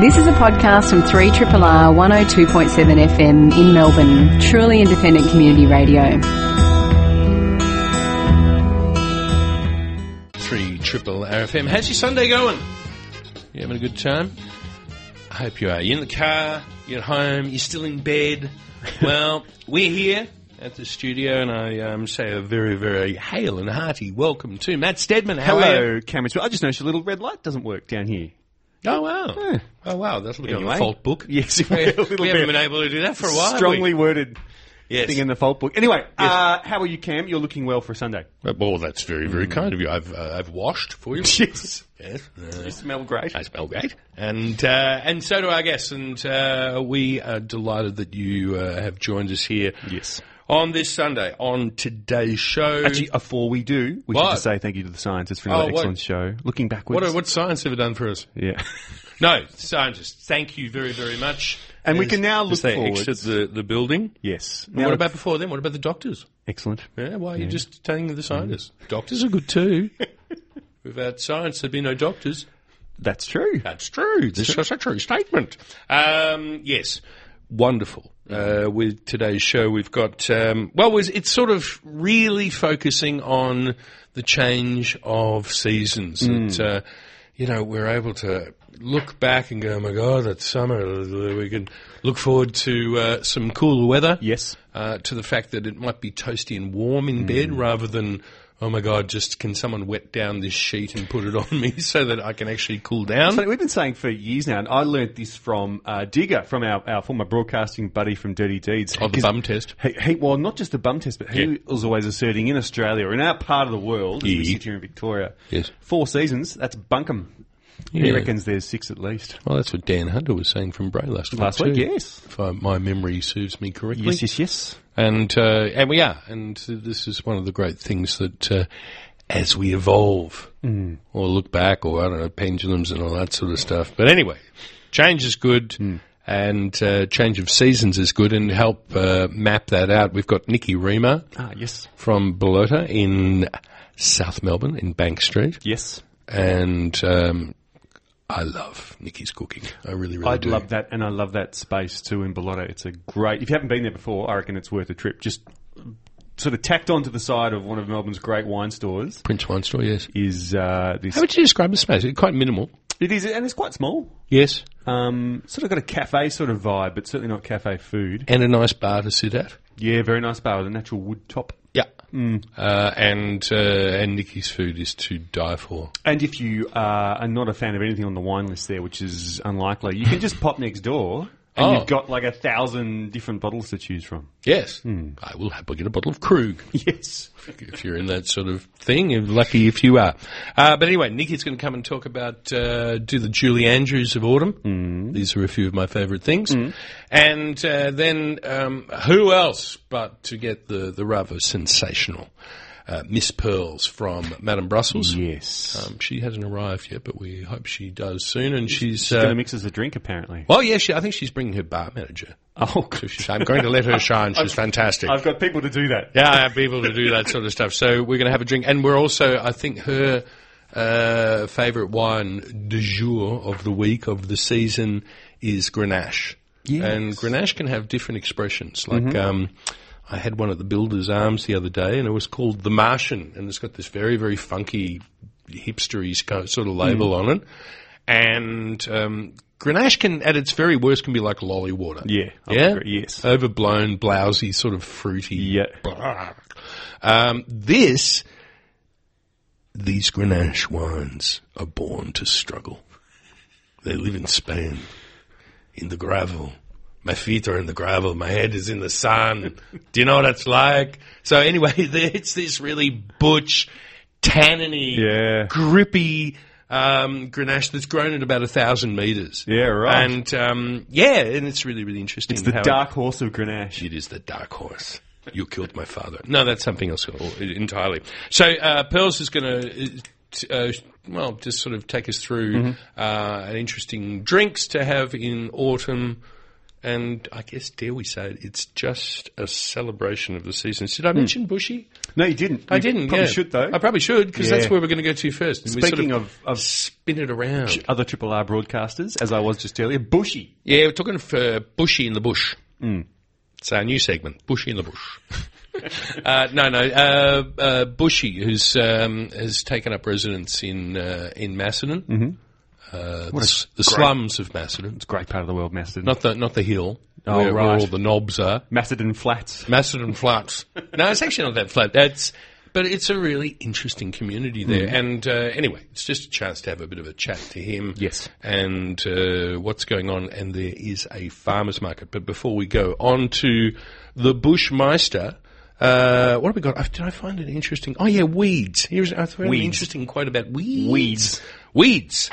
This is a podcast from 3RRR 102.7 FM in Melbourne, truly independent community radio. 3 Triple RFM. How's your Sunday going? You having a good time? I hope you are. You're in the car, you're at home, you're still in bed. Well, we're here at the studio, and I um, say a very, very hail and hearty welcome to Matt Stedman. How Are you? Hello, Cameron. Smith. I just noticed a little red light doesn't work down here. Oh, wow. Oh, wow. That's looking on Anyway. the fault book. Yes, a We little haven't bit. been able to do that for a while. have we? Strongly worded Yes. thing in the fault book. Anyway, uh, how are you, Cam? You're looking well for a Sunday. Well, that's very, very kind of you. I've, uh, I've washed for you. Mm. Yes. yes. Uh, You smell great. I smell great. And uh, and so do our guests. And uh, we are delighted that you uh, have joined us here. Yes. On this Sunday, on today's show. Actually, before we do, we What? should just say thank you to the scientists for another Oh, what? excellent show. Looking backwards. what, what science have it done for us? yeah. No, scientists, thank you very, very much. And we can now look as they forwards. exit the, the building. yes. And what about before then? What about the doctors? excellent? Yeah, Mm-hmm. why are you just telling the scientists? Doctors are good too. Without science, there'd be no doctors. That's true. That's true. This is a true statement. Um, yes, wonderful. Uh, with today's show, we've got um, well, was- it's sort of really focusing on the change of seasons. It, uh, you know, we're able to look back and go, "Oh my God, that's summer." We can look forward to uh, some cooler weather. Yes. Uh, to the fact that it might be toasty and warm in bed rather than. Oh my God! Just can someone wet down this sheet and put it on me so that I can actually cool down? So we've been saying for years now, and I learnt this from uh, Digger, from our, our former broadcasting buddy from Dirty Deeds. Oh, the Because- bum test. He, he, well, not just the bum test, but he Yeah. was always asserting in Australia or in our part of the world, as we Yeah. sit here in Victoria, Yes. four seasons, that's bunkum. He reckons there's six at least. Well, that's what Dan Hunter was saying from Bray last week. Last too, week, yes. If uh, my memory serves me correctly. Yes, yes, yes. And, uh, and we are. And this is one of the great things that uh, as we evolve Hmm. or look back or, I don't know, pendulums and all that sort of stuff. But anyway, change is good. Hmm. And uh, change of seasons is good, and help uh, map that out. We've got Nikki Rima Ah, yes. from Belota in South Melbourne in Bank Street. Yes. and um, I love Nikki's cooking. I really, really I do. love that, and I love that space too in Bellotta. It's a great. If you haven't been there before, I reckon it's worth a trip. Just sort of tacked onto the side of one of Melbourne's great wine stores Prince Wine Store. Yes. is uh, this. How would you describe the space? It's quite minimal. It is, and it's quite small. Yes, Um, sort of got a cafe sort of vibe, but certainly not cafe food. and a nice bar to sit at. Yeah, very nice bar with a natural wood top. Yeah. Uh, and uh, and Nikki's food is to die for. And if you uh, are not a fan of anything on the wine list there, which is unlikely, you can just pop next door and Oh. you've got like a thousand different bottles to choose from. Yes, I will happily get a bottle of Krug Yes. if you're in that sort of thing. You're lucky if you are. Uh, but anyway, Nikki's going to come and talk about uh, do the Julie Andrews of autumn. Mm. These are a few of my favourite things. And uh, then um, who else but to get the the rather sensational uh, Miss Pearls from Madame Brussels. Yes. Um, she hasn't arrived yet, but we hope she does soon. And she's, Going uh, to mix us a drink, apparently. well, yeah, she, I think she's bringing her bar manager. Oh, So she's, I'm going to let her shine. She's fantastic. I've got people to do that. Yeah, I have people to do that sort of stuff. So we're going to have a drink, and we're also, I think, her uh, favorite wine du jour of the week of the season is Grenache. Yes. Mm-hmm. And Grenache can have different expressions. Like um, I had one at the Builder's Arms the other day, and it was called The Martian, and it's got this very, very funky hipstery sco- sort of label Mm. on it. And um, Grenache can, at its very worst, can be like lolly water. Yeah, I yeah, agree, yes. overblown, blousy, sort of fruity. Yeah. Um, this, these Grenache wines are born to struggle. They live in Spain, in the gravel. My feet are in the gravel. My head is in the sun. Do you know what it's like? So anyway, it's this really butch, tanniny, Yeah. grippy um, Grenache that's grown at about a thousand meters. Yeah, right. And um, yeah, and it's really, really interesting. It's the how it- dark horse of Grenache. it is the dark horse. You killed my father. No, that's something else al- entirely. So uh, Pearls is going to, uh, well, just Mm-hmm. sort of take us through uh, an interesting drinks to have in autumn And I guess, dare we say it, it's just a celebration of the seasons. Did I mention Bushy? No, you didn't. I You didn't. Probably yeah. should though. I Hmm. probably should because that's Yeah. where we're going to go to first. And we Speaking sort of- of- spin it around. Other Triple R broadcasters, as I was just earlier, Bushy. Yeah, we're talking for Bushy in the Bush. Hmm. It's our new segment, Bushy in the Bush. uh, no, no, uh, uh, Bushy, who's um, has taken up residence in uh, in Macedon, Mm-hmm. uh, the, s- the slums of Macedon, Great part of the world, Macedon. not the not the hill Oh, where, where right. all the knobs are. Macedon Flats. Macedon Flats. no, it's actually not that flat. That's but it's a really interesting community there. Mm. And uh, anyway, it's just a chance to have a bit of a chat to him. Yes. And uh, what's going on? And there is a farmers market. But before we go on to the Bushmeister. Uh, what have we got? Uh, Did I find it interesting? Oh yeah, weeds. Here's I found an Weeds. interesting quote about weeds. Weeds. Weeds.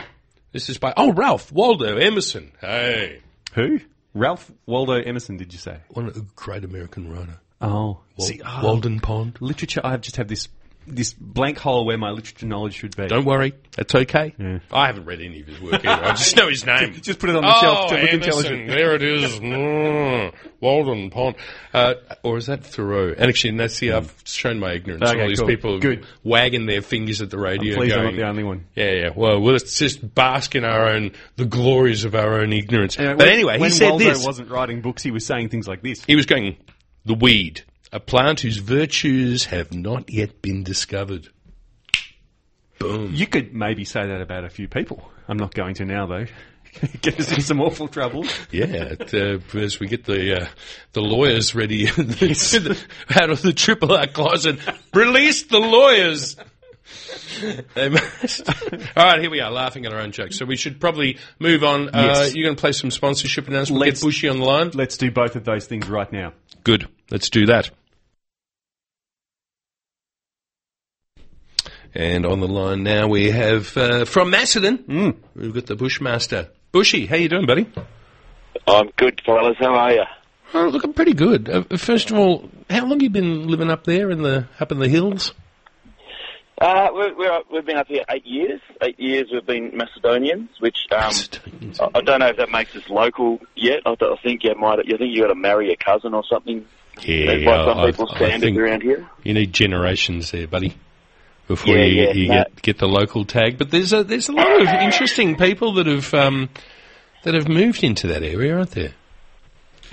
This is by oh Ralph Waldo Emerson. Hey, Who? Ralph Waldo Emerson, did you say? one a great American writer. Oh. See, oh, Walden Pond. literature, I just have this this blank hole where my literature knowledge should be. Don't worry, that's okay. I haven't read any of his work either. I just know his name. Just put it on the oh, shelf to look Emerson, intelligent. There it is. Mm, Walden Pond, uh, or is that Thoreau? And actually, no, see, I've shown my ignorance. Hmm. Okay, All these cool. people Good. wagging their fingers at the radio. Please, going, I'm not the only one. Yeah, yeah. Well, well, let's just bask in our own the glories of our own ignorance. but when- anyway, when he said Waldo this. wasn't writing books, he was saying things like this. He was going, the weed, a plant whose virtues have not yet been discovered. Boom. You could maybe say that about a few people. I'm not going to now, though. Get us in some awful trouble. Yeah, it, uh, as we get the uh, the lawyers ready out of the triple R closet, release the lawyers. They must. All right, here we are, laughing at our own jokes. So we should probably move on. Uh, Yes. you're going to play some sponsorship announcement. Let's, Let's- get Bushy on the line. Let's do both of those things right now. Good. Let's do that. And on the line now we have uh, from Macedon. Mm. We've got the Bushmaster Bushy. How you doing, buddy? I'm good, fellas. How are you? Oh, look, I'm pretty good. Uh, first of all, how long you been living up there in the up in the hills? Uh, we're, we're, we've been up here eight years. Eight years we've been Macedonians, which um, I, I don't know if that makes us local yet. I, don't- I think you might. You think you got to marry a cousin or something? That's by some people's standards around here. you need generations there, buddy, before Yeah, you, yeah, you no. get get the local tag. But there's a there's a lot of interesting people that have um, that have moved into that area, aren't there?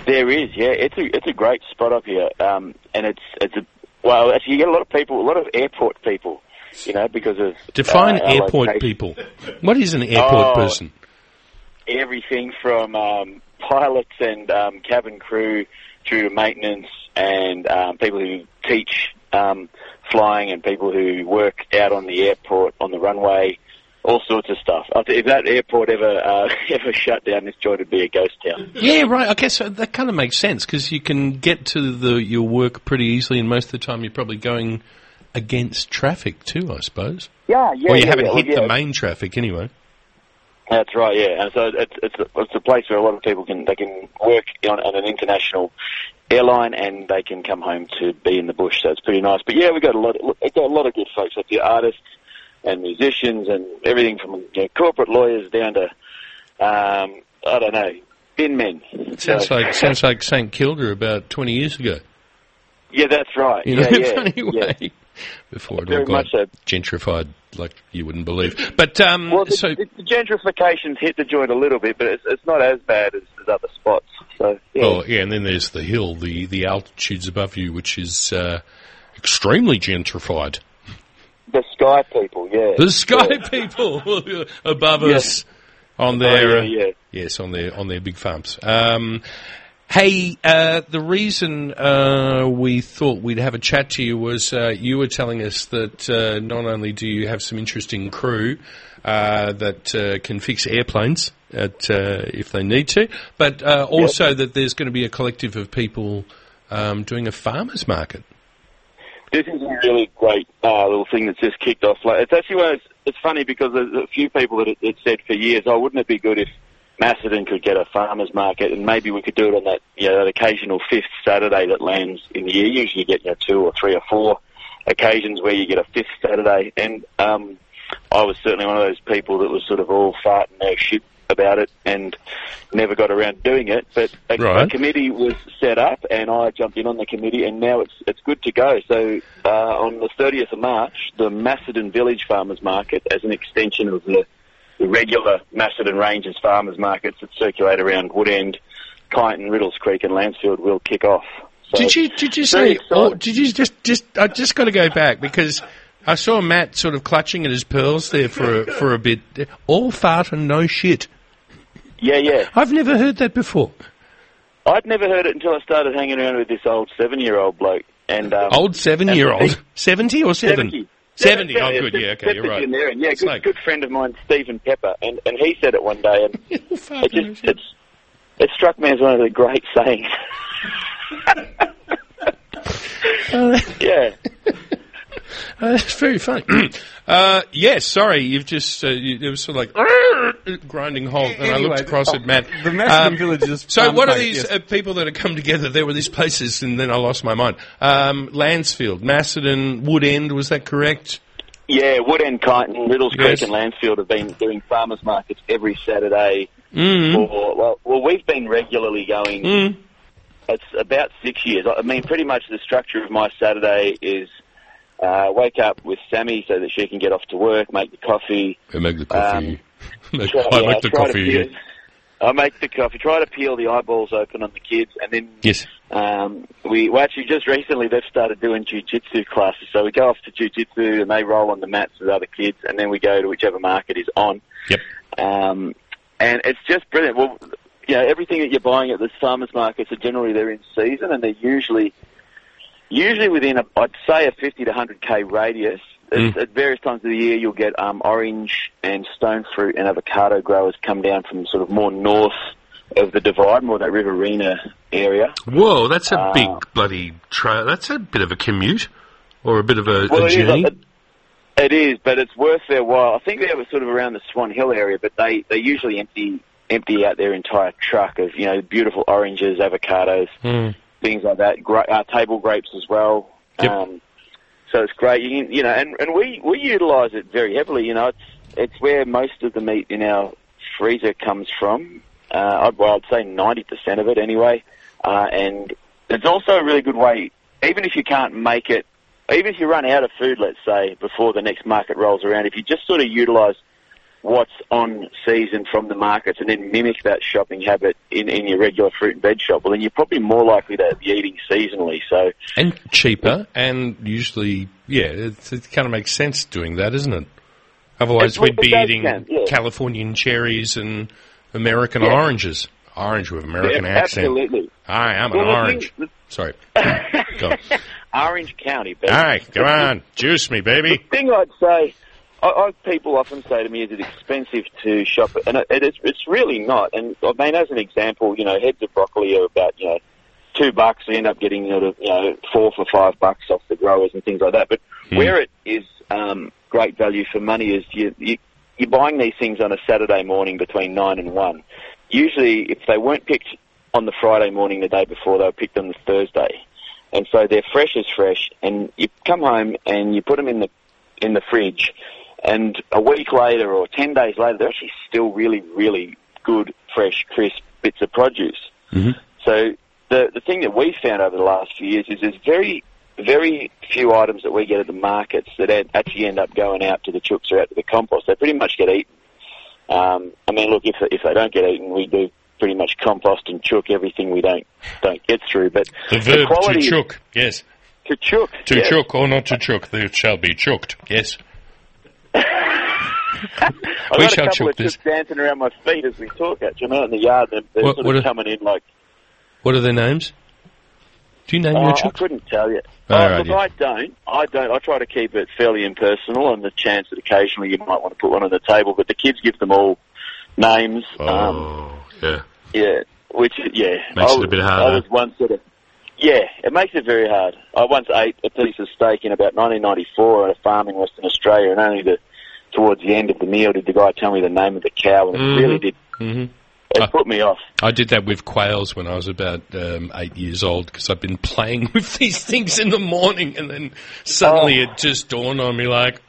There is, yeah. It's a it's a great spot up here, um, and it's it's a well. Actually, you get a lot of people, a lot of airport people, you know, because of Define uh, our airport location. people. What is an airport Oh, person? everything from um, pilots and um, cabin crew through to maintenance and um, people who teach um, flying and people who work out on the airport, on the runway, all sorts of stuff. I think If that airport ever uh, ever shut down, this joint would be a ghost town. Yeah, right. Okay, so that kind of makes sense because you can get to the your work pretty easily, and most of the time you're probably going against traffic too, I suppose. Yeah, yeah. Well, you yeah, haven't yeah, hit yeah. the main traffic anyway. That's right, yeah. And so it's it's a, it's a place where a lot of people can they can work on, on an international airline and they can come home to be in the bush. So it's pretty nice. But yeah, we got a lot we got a lot of good folks up here, artists and musicians and everything from you know, corporate lawyers down to um, I don't know bin men. Sounds So- like sounds like St Kilda about twenty years ago. yeah, that's right. You know, yeah, in a yeah, funny yeah. way. Before it all Very got much so. gentrified, like you wouldn't believe. But um, Well, the, so the, the gentrification's hit the joint a little bit, but it's, it's not as bad as, as other spots. So yeah. Well, yeah, and then there's the hill, the the altitudes above you, which is uh, extremely gentrified. the sky people, yeah, The sky people above us on their Oh, yeah, yeah. yes on their on their big farms. Um, hey, uh, the reason uh, we thought we'd have a chat to you was uh, you were telling us that uh, not only do you have some interesting crew uh, that uh, can fix airplanes at, uh, if they need to, but uh, also that there's going to be a collective of people um, doing a farmers market. This is a really great uh, little thing that's just kicked off. Like, it's actually one of those- it's funny because there's a few people that had said for years, "Oh, wouldn't it be good if Macedon could get a farmers market and maybe we could do it on that you know that occasional fifth Saturday that lands in the year? Usually, you get you know, two or three or four occasions where you get a fifth Saturday." And um, I was certainly one of those people that was sort of all fart and no shit about it and never got around to doing it. But uh, a, Right. a committee was set up, and I jumped in on the committee, and now it's it's good to go. So uh, on the 30th of March, the Macedon Village Farmers Market, as an extension of the the regular Macedon Ranges farmers markets that circulate around Woodend, Kyneton, Riddles Creek, and Lansfield will kick off. So Did you did you very say? Or exciting. did you just just? I just got to go back because I saw Matt sort of clutching at his pearls there for a, for a bit. All fart and no shit. Yeah, yeah. I've never heard that before. I'd never heard it until I started hanging around with this old seven-year-old bloke. And um, Old seven year old, Seventy. seventy or seven? Seventy. Seventy. Yeah, Oh, yeah, good. yeah, Yeah. Okay. You're seventy right. in there, and yeah, It's good, like- good friend of mine, Stephen Pepper, and, and he said it one day, and All fart it and no just shit. it's it struck me as one of the great sayings. yeah, Uh, that's very funny. uh, yes, sorry, you've just uh, you, it was sort of like grinding halt, and I looked Anyway, across at Matt. the Macedon village is- So, um, what are sorry, these yes. uh, people that have come together? There were these places, and then I lost my mind. Um, Lansfield, Macedon, Woodend, was that correct? yeah. Woodend, Kyneton, Riddles Yes. Creek, and Lansfield have been doing farmers markets every Saturday. For, well, well, we've been regularly going. It's about six years. I mean, pretty much the structure of my Saturday is uh, wake up with Sammy so that she can get off to work, make the coffee. I make the coffee. make, Try- yeah, try to peel- I make the coffee. Try to peel the eyeballs open on the kids, and then Yes. um, we well, actually just recently they've started doing jujitsu classes. So we go off to jujitsu, and they roll on the mats with other kids, and then we go to whichever market is on. Yep. Um, and it's just brilliant. Well, you know, everything that you're buying at the farmers markets are generally they're in season and they're usually usually within a, I'd say a 50 to 100k radius. It's, At various times of the year, you'll get um, orange and stone fruit and avocado growers come down from sort of more north of the divide, more that Riverina area. Whoa, that's a big Uh, bloody trail. That's a bit of a commute, or a bit of a, Well, a it is. journey. uh, It is, but it's worth their while. I think they were sort of around the Swan Hill area, but they, they usually empty empty out their entire truck of you know beautiful oranges, avocados, things like that. Gra- uh, table grapes as well. Hmm. Yep. Um, so it's great, you, can- you know, and, and we we utilise it very heavily. You know, it's it's where most of the meat in our freezer comes from. Uh, I'd well, I'd say ninety percent of it anyway, uh, and it's also a really good way. Even if you can't make it, even if you run out of food, let's say before the next market rolls around, if you just sort of utilise what's on season from the markets and then mimic that shopping habit in, in your regular fruit and veg shop, well, then you're probably more likely to be eating seasonally. So, and cheaper, and usually, yeah, it, it kind of makes sense doing that, isn't it? Otherwise, It- we'd it be does eating count, yeah. Californian cherries and American Yeah. oranges. Orange with American Yeah, accent. absolutely. I am an Well, the thing- orange. the- Sorry. Go. on. Orange County, Ben. All right, come on, juice me, baby. thing I'd say, I, I, people often say to me, is it expensive to shop? And it, it's, it's really not. And I mean, as an example, you know, heads of broccoli are about, you know, two bucks. You end up getting sort of, you know, four for five bucks off the growers and things like that. But where it is um, great value for money is you, you, you're buying these things on a Saturday morning between nine and one. Usually, if they weren't picked on the Friday morning the day before, they were picked on the Thursday. And so they're fresh as fresh, and you come home and you put them in the in the fridge, and a week later or 10 days later, they're actually still really, really good, fresh, crisp bits of produce. So the, the thing that we found over the last few years is there's very, very few items that we get at the markets that ad- actually end up going out to the chooks or out to the compost. They pretty much get eaten. Um, I mean, look, if, if they don't get eaten, we do pretty much compost and chook everything we don't don't get through. But The verb to quality chook, yes. to chook, To yes. chook or not to chook, they shall be chooked, yes. I've We shall got a couple chook of this. chicks dancing around my feet as we talk, actually. I'm out in the yard and they're, they're What- sort what of are- coming in like, What are their names? Do you name oh, your I chooks? couldn't tell you. All Oh, right, look, yeah. I don't. I don't. I try to keep it fairly impersonal on the chance that occasionally you might want to put one on the table, but the kids give them all names. Um, oh, yeah. yeah, which, yeah. Makes I, it a bit was- harder. I was once sort of, yeah, it makes it very hard. I once ate a piece of steak in about 1994 at a farm in Western Australia, and only the, towards the end of the meal did the guy tell me the name of the cow, and it really did Mm-hmm. It Uh, put me off. I did that with quails when I was about um, eight years old because I've been playing with these things in the morning, and then Oh. suddenly it just dawned on me like,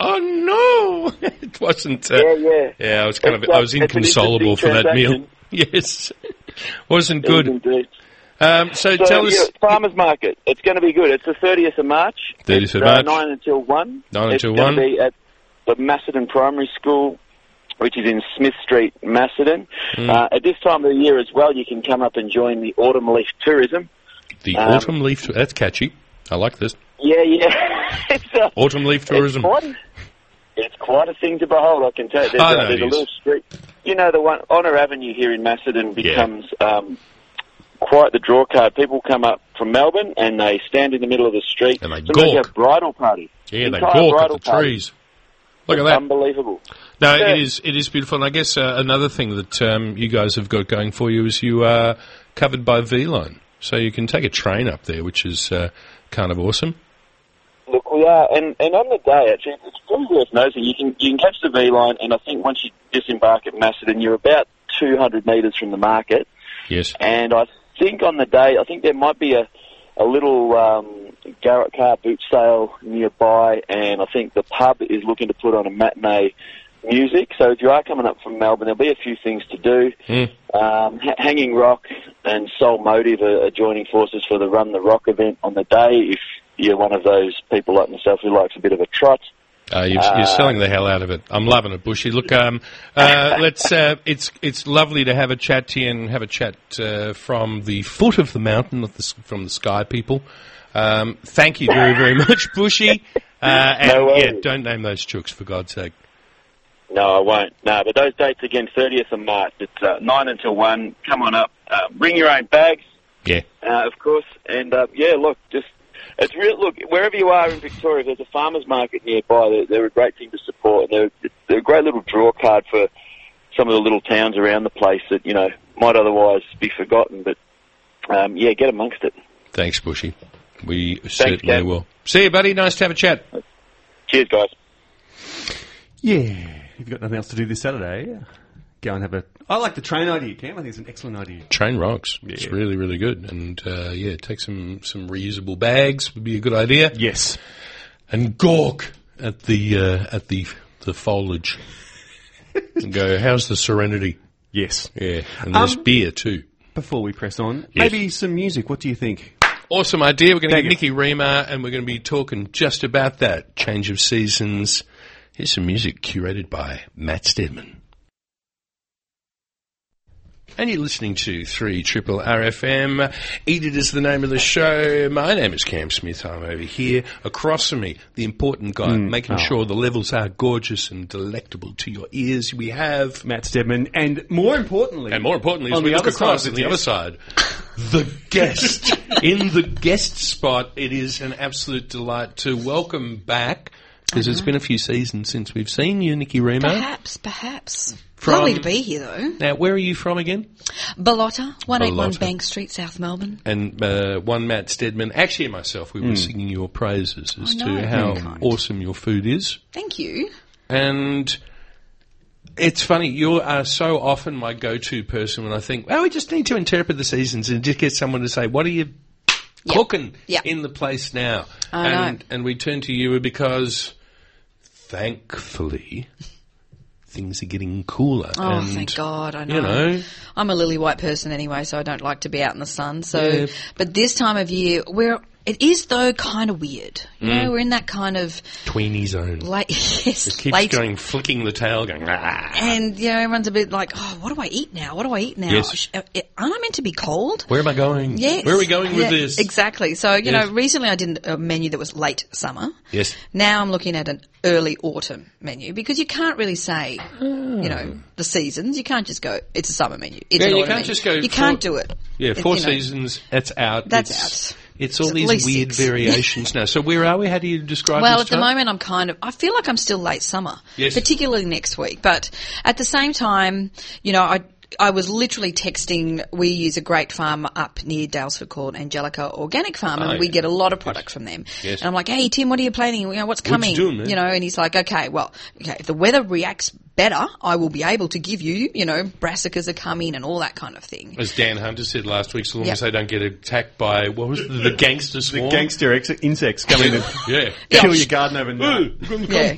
oh no, it wasn't. Uh, Yeah, yeah. I was kind It's of, I like- was it's an inconsolable for interesting that meal. transaction. Yes, wasn't good. Indeed. Um, so, So, tell yeah, us, farmers market. It's going to be good. It's the 30th of March. 30th of It's, uh, March. Nine until one. 9 it's until gonna 1. Be at the Macedon Primary School, which is in Smith Street, Macedon. Hmm. Uh, at this time of the year as well, you can come up and join the autumn leaf tourism. the um, autumn leaf. That's catchy. I like this Yeah, yeah. it's, uh, autumn leaf tourism. It's quite, a- it's quite a thing to behold, I can tell you. There's, I a- know there's it a is. little street. You know, the one, Honour Avenue here in Macedon becomes um, quite the draw card. People come up from Melbourne and they stand in the middle of the street. And they Sometimes gawk. have bridal parties. Yeah, they Entire gawk at bridal the parties. trees. Look at that. Unbelievable. No, Yeah. it is it is beautiful, and I guess uh, another thing that um, you guys have got going for you is you are covered by V Line, so you can take a train up there, which is uh, kind of awesome. Look, we are, and, and on the day, actually, it's probably worth noting you can you can catch the V line, and I think once you disembark at Macedon, you're about 200 metres from the market. Yes, And I think on the day, I think there might be a, a little um, Garrett Car boot sale nearby, and I think the pub is looking to put on a matinee music. So if you are coming up from Melbourne, there'll be a few things to do. Um, H- Hanging Rock and Soul Motive are, are joining forces for the Run the Rock event on the day. If you're one of those people like myself who likes a bit of a trot, uh, you're, you're selling the hell out of it. I'm loving it, Bushy. Look, um, uh, let's. Uh, it's it's lovely to have a chat to you and have a chat uh, from the foot of the mountain, not the, s- from the sky, people. Um, thank you very very much, Bushy. Uh, and No worries. yeah, don't name those chooks for God's sake. No, I won't. No, but those dates again, 30th of March. It's uh, 9 until 1. Come on up. Uh, bring your own bags, Yeah. uh, of course. And uh, yeah, look, just, it's real. Look, wherever you are in Victoria, if there's a farmer's market nearby, they're, they're a great thing to support. And they're, they're a great little draw card for some of the little towns around the place that, you know, might otherwise be forgotten. But um, yeah, get amongst it. Thanks, Bushy. We certainly Kev. will. See you, buddy. Nice to have a chat. Cheers, guys. Yeah. If you've got nothing else to do this Saturday, yeah. go and have a. I like the train idea, Cam. I think it's an excellent idea. Train rocks. It's Yeah. really, really good. And uh, yeah, take some some reusable bags would be a good idea. Yes. And gawk at the uh, at the the foliage. and go. How's the serenity? Yes. Yeah, and there's Um, beer too. Before we press on, Yes. maybe some music. What do you think? Awesome idea. We're going to Thank get Nikki Rima, and we're going to be talking just about that change of seasons. Here's some music curated by Matt Stedman. And you're listening to 3 Triple RFM. Eat It is the name of the show. My name is Cam Smith. I'm over here. Across from me, the important guy, making sure the levels are gorgeous and delectable to your ears. We have, Matt Stedman, and more importantly, and more importantly, on as we the look other across side on of the other this- side, the guest in the guest spot. It is an absolute delight to welcome back because Uh-huh. it's been a few seasons since we've seen you, Nikki Remo. Perhaps, perhaps. From- Lovely to be here, though. Now, where are you from again? Balotta, 181 Ballotta. Bank Street, South Melbourne. And uh, one Matt Stedman, actually and myself, we were singing your praises as Hmm. to I know, how very kind. awesome your food is. Thank you. And it's funny, you are so often my go-to person when I think, well, we just need to interpret the seasons and just get someone to say, what are you cooking Yeah. in the place now? I know. and, and we turn to you because thankfully things are getting cooler. Oh, and, thank God. I know. You know, I'm a lily white person anyway, so I don't like to be out in the sun. So, Yeah. but this time of year, we're it is though kind of weird. You Mm. know, we're in that kind of tweeny zone. late, yes, Keeps late Eh. going, flicking the tail, going, ah. and you know everyone's a bit like, oh, what do I eat now? What do I eat now? Yes. Sh- uh, uh, Aren't I meant to be cold? Where am I going? Yes. Where are we going with Yeah, this? Exactly. So, you Yes. know, recently I did a menu that was late summer. Yes. Now I'm looking at an early autumn menu because you can't really say, you know, the seasons. You can't just go, it's a summer menu. It's Ah. Yeah, an you autumn can't menu. just go You for- can't do it. Yeah, It- four you know, seasons. That's out. That's it's, out. It's It's all at these least weird six. variations now. So where are we? How do you describe? Well, this at the time? moment, I'm kind of. I feel like I'm still late summer, Yes. particularly next week. But at the same time, you know, I I was literally texting. We use a great farm up near Dalesford called Angelica Organic Farm, and Oh, we yeah. get a lot of product from them. Yes. And I'm like, "Hey Tim, what are you planning? You know, what's you coming? doing, man? you know?" And he's like, "Okay, well, okay, if the weather reacts better, I will be able to give you, you know, brassicas are coming and all that kind of thing." As Dan Hunter said last week, so long Yep. as they don't get attacked by what was it, the gangster swarm. Gangster ex- insects come in and yeah. kill your garden overnight. yeah.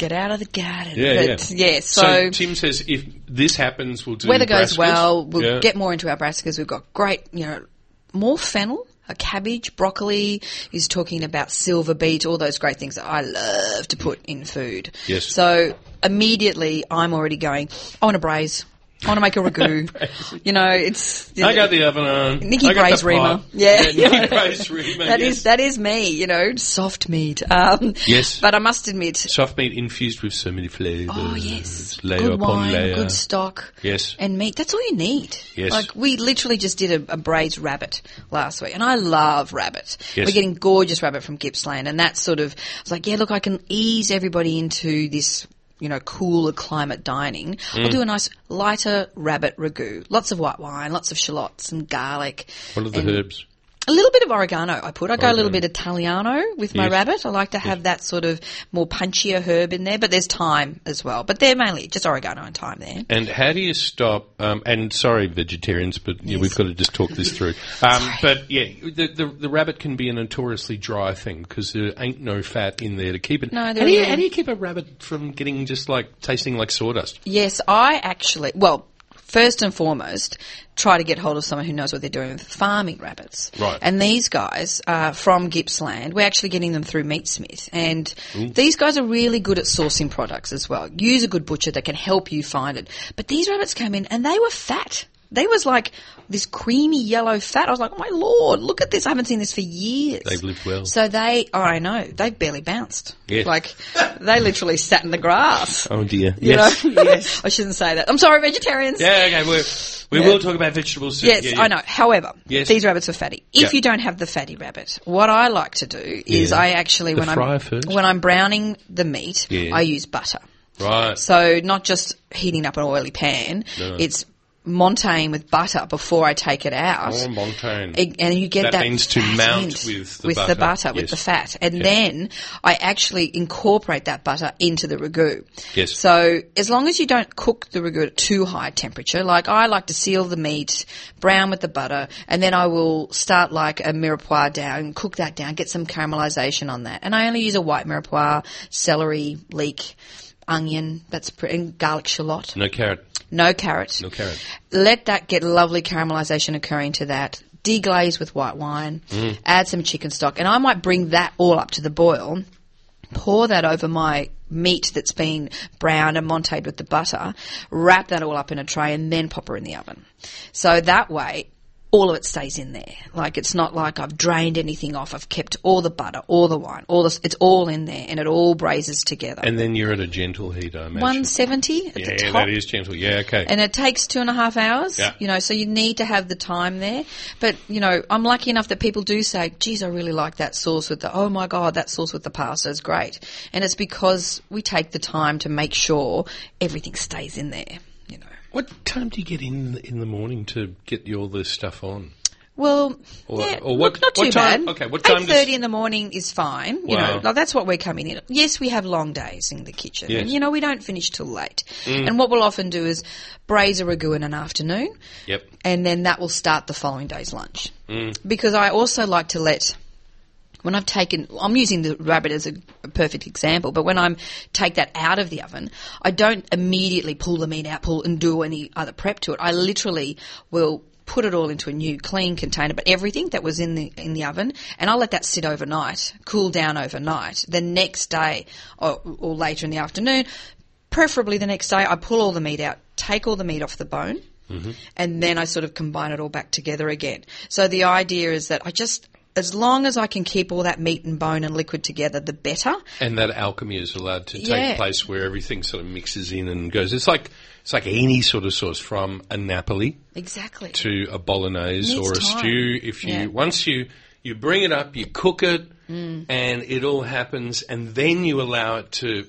Get out of the garden. Yeah, but, yeah. yeah. So, so Tim says if this happens, we'll do weather goes brassicas. well. We'll Yeah. get more into our brassicas. We've got great, you know, more fennel, a cabbage, broccoli. He's talking about silver beet, all those great things that I love to put in food. Yes. So immediately, I'm already going. I want to braise. I want to make a ragu. you know, it's. I got the oven on. Nikki I got Gray's the pot. Reema. Yeah. yeah Nikki Gray's Reema. That is yes. that is me, you know, soft meat. Um, Yes. but I must admit, soft meat infused with so many flavors. Oh yes, layer good upon wine, layer. good stock. Yes. and meat. That's all you need. Yes. like we literally just did a, a braised rabbit last week, and I love rabbit. Yes. We're getting gorgeous rabbit from Gippsland, and that's sort of I was like, yeah, look, I can ease everybody into this. You know, cooler climate dining. Mm. I'll do a nice lighter rabbit ragu. Lots of white wine, lots of shallots and garlic. What are the and- herbs? a little bit of oregano I put. I go a little bit Italiano with my Yes. rabbit. I like to have that sort of more punchier herb in there, but there's thyme as well. But they're mainly just oregano and thyme there. And how do you stop? Um, and sorry, vegetarians, but yeah, we've got to just talk this through. Um, but yeah, the, the the rabbit can be a notoriously dry thing because there ain't no fat in there to keep it. No, how there do you, isn't. how do you keep a rabbit from getting just like tasting like sawdust? Yes, I actually, well, first and foremost, try to get hold of someone who knows what they're doing with farming rabbits. Right. And these guys are from Gippsland. We're actually getting them through Meatsmith. And these guys are really good at sourcing products as well. Use a good butcher that can help you find it. But these rabbits came in and they were fat. They was like this creamy yellow fat. I was like, oh my lord, look at this. I haven't seen this for years. They've lived well. So they, oh, I know, they barely bounced. Yeah. Like, they literally sat in the grass. Oh dear. You know? I shouldn't say that. I'm sorry, vegetarians. Yeah. Okay. We're, we will talk about vegetables. Soon. Yes, Yeah, yeah. I know. However, Yes. these rabbits are fatty. If Yeah. you don't have the fatty rabbit, what I like to do is Yeah. I actually The when fryer I'm first. when I'm browning the meat, Yeah. I use butter. Right. So not just heating up an oily pan, No. it's montaine with butter before I take it out. Or montane. Eg- and you get That that, means to fat mount end with the the butter. butter, Yes. with the fat, and then I actually incorporate that butter into the ragu. Yes. So as long as you don't cook the ragu at too high temperature, like I like to seal the meat, brown with the butter, and then I will start like a mirepoix down, cook that down, get some caramelization on that, and I only use a white mirepoix, celery, leek. Onion, that's pre- and garlic shallot. no carrot. No carrot. No carrot. Let that get lovely caramelization occurring to that. Deglaze with white wine. Mm. Add some chicken stock, and I might bring that all up to the boil. Pour that over my meat that's been browned and monteed with the butter. Wrap that all up in a tray and then pop her in the oven. So that way, all of it stays in there. Like it's not like I've drained anything off. I've kept all the butter, all the wine, all this. It's all in there, and it all braises together. And then you're at a gentle heat, I imagine. 170 at yeah, the top that is gentle. Yeah. Okay. and it takes two and a half hours. Yeah. You know, so you need to have the time there. But you know, I'm lucky enough that people do say, "Geez, I really like that sauce with the oh my god, that sauce with the pasta is great," and it's because we take the time to make sure everything stays in there. You know, what time do you get in in the morning to get your all this stuff on? well, Or- yeah, or what- look, not what too time- bad. okay, what time Eight does- thirty in the morning is fine. You Wow. know, like, that's what we're coming in. at. Yes, we have long days in the kitchen. Yes. Mm. And, you know, we don't finish till late. And what we'll often do is braise a ragu in an afternoon. Yep. and then that will start the following day's lunch. Because I also like to let when I've taken I'm using the rabbit as a, a perfect example, but when I'm take that out of the oven, I don't immediately pull the meat out, pull and do any other prep to it. I literally will put it all into a new clean container, but everything that was in the in the oven, and I'll let that sit overnight, cool down overnight. The next day or, or later in the afternoon, preferably the next day, I pull all the meat out, take all the meat off the bone, Mm-hmm. and then I sort of combine it all back together again. So the idea is that I just, as long as I can keep all that meat and bone and liquid together, the better. And that alchemy is allowed to take Yeah. place where everything sort of mixes in and goes. It's like it's like any sort of sauce from a Napoli Exactly. to a bolognese Needs or a time. stew. If you Yeah. Mm. once you you bring it up, you cook it, and it all happens, and then you allow it to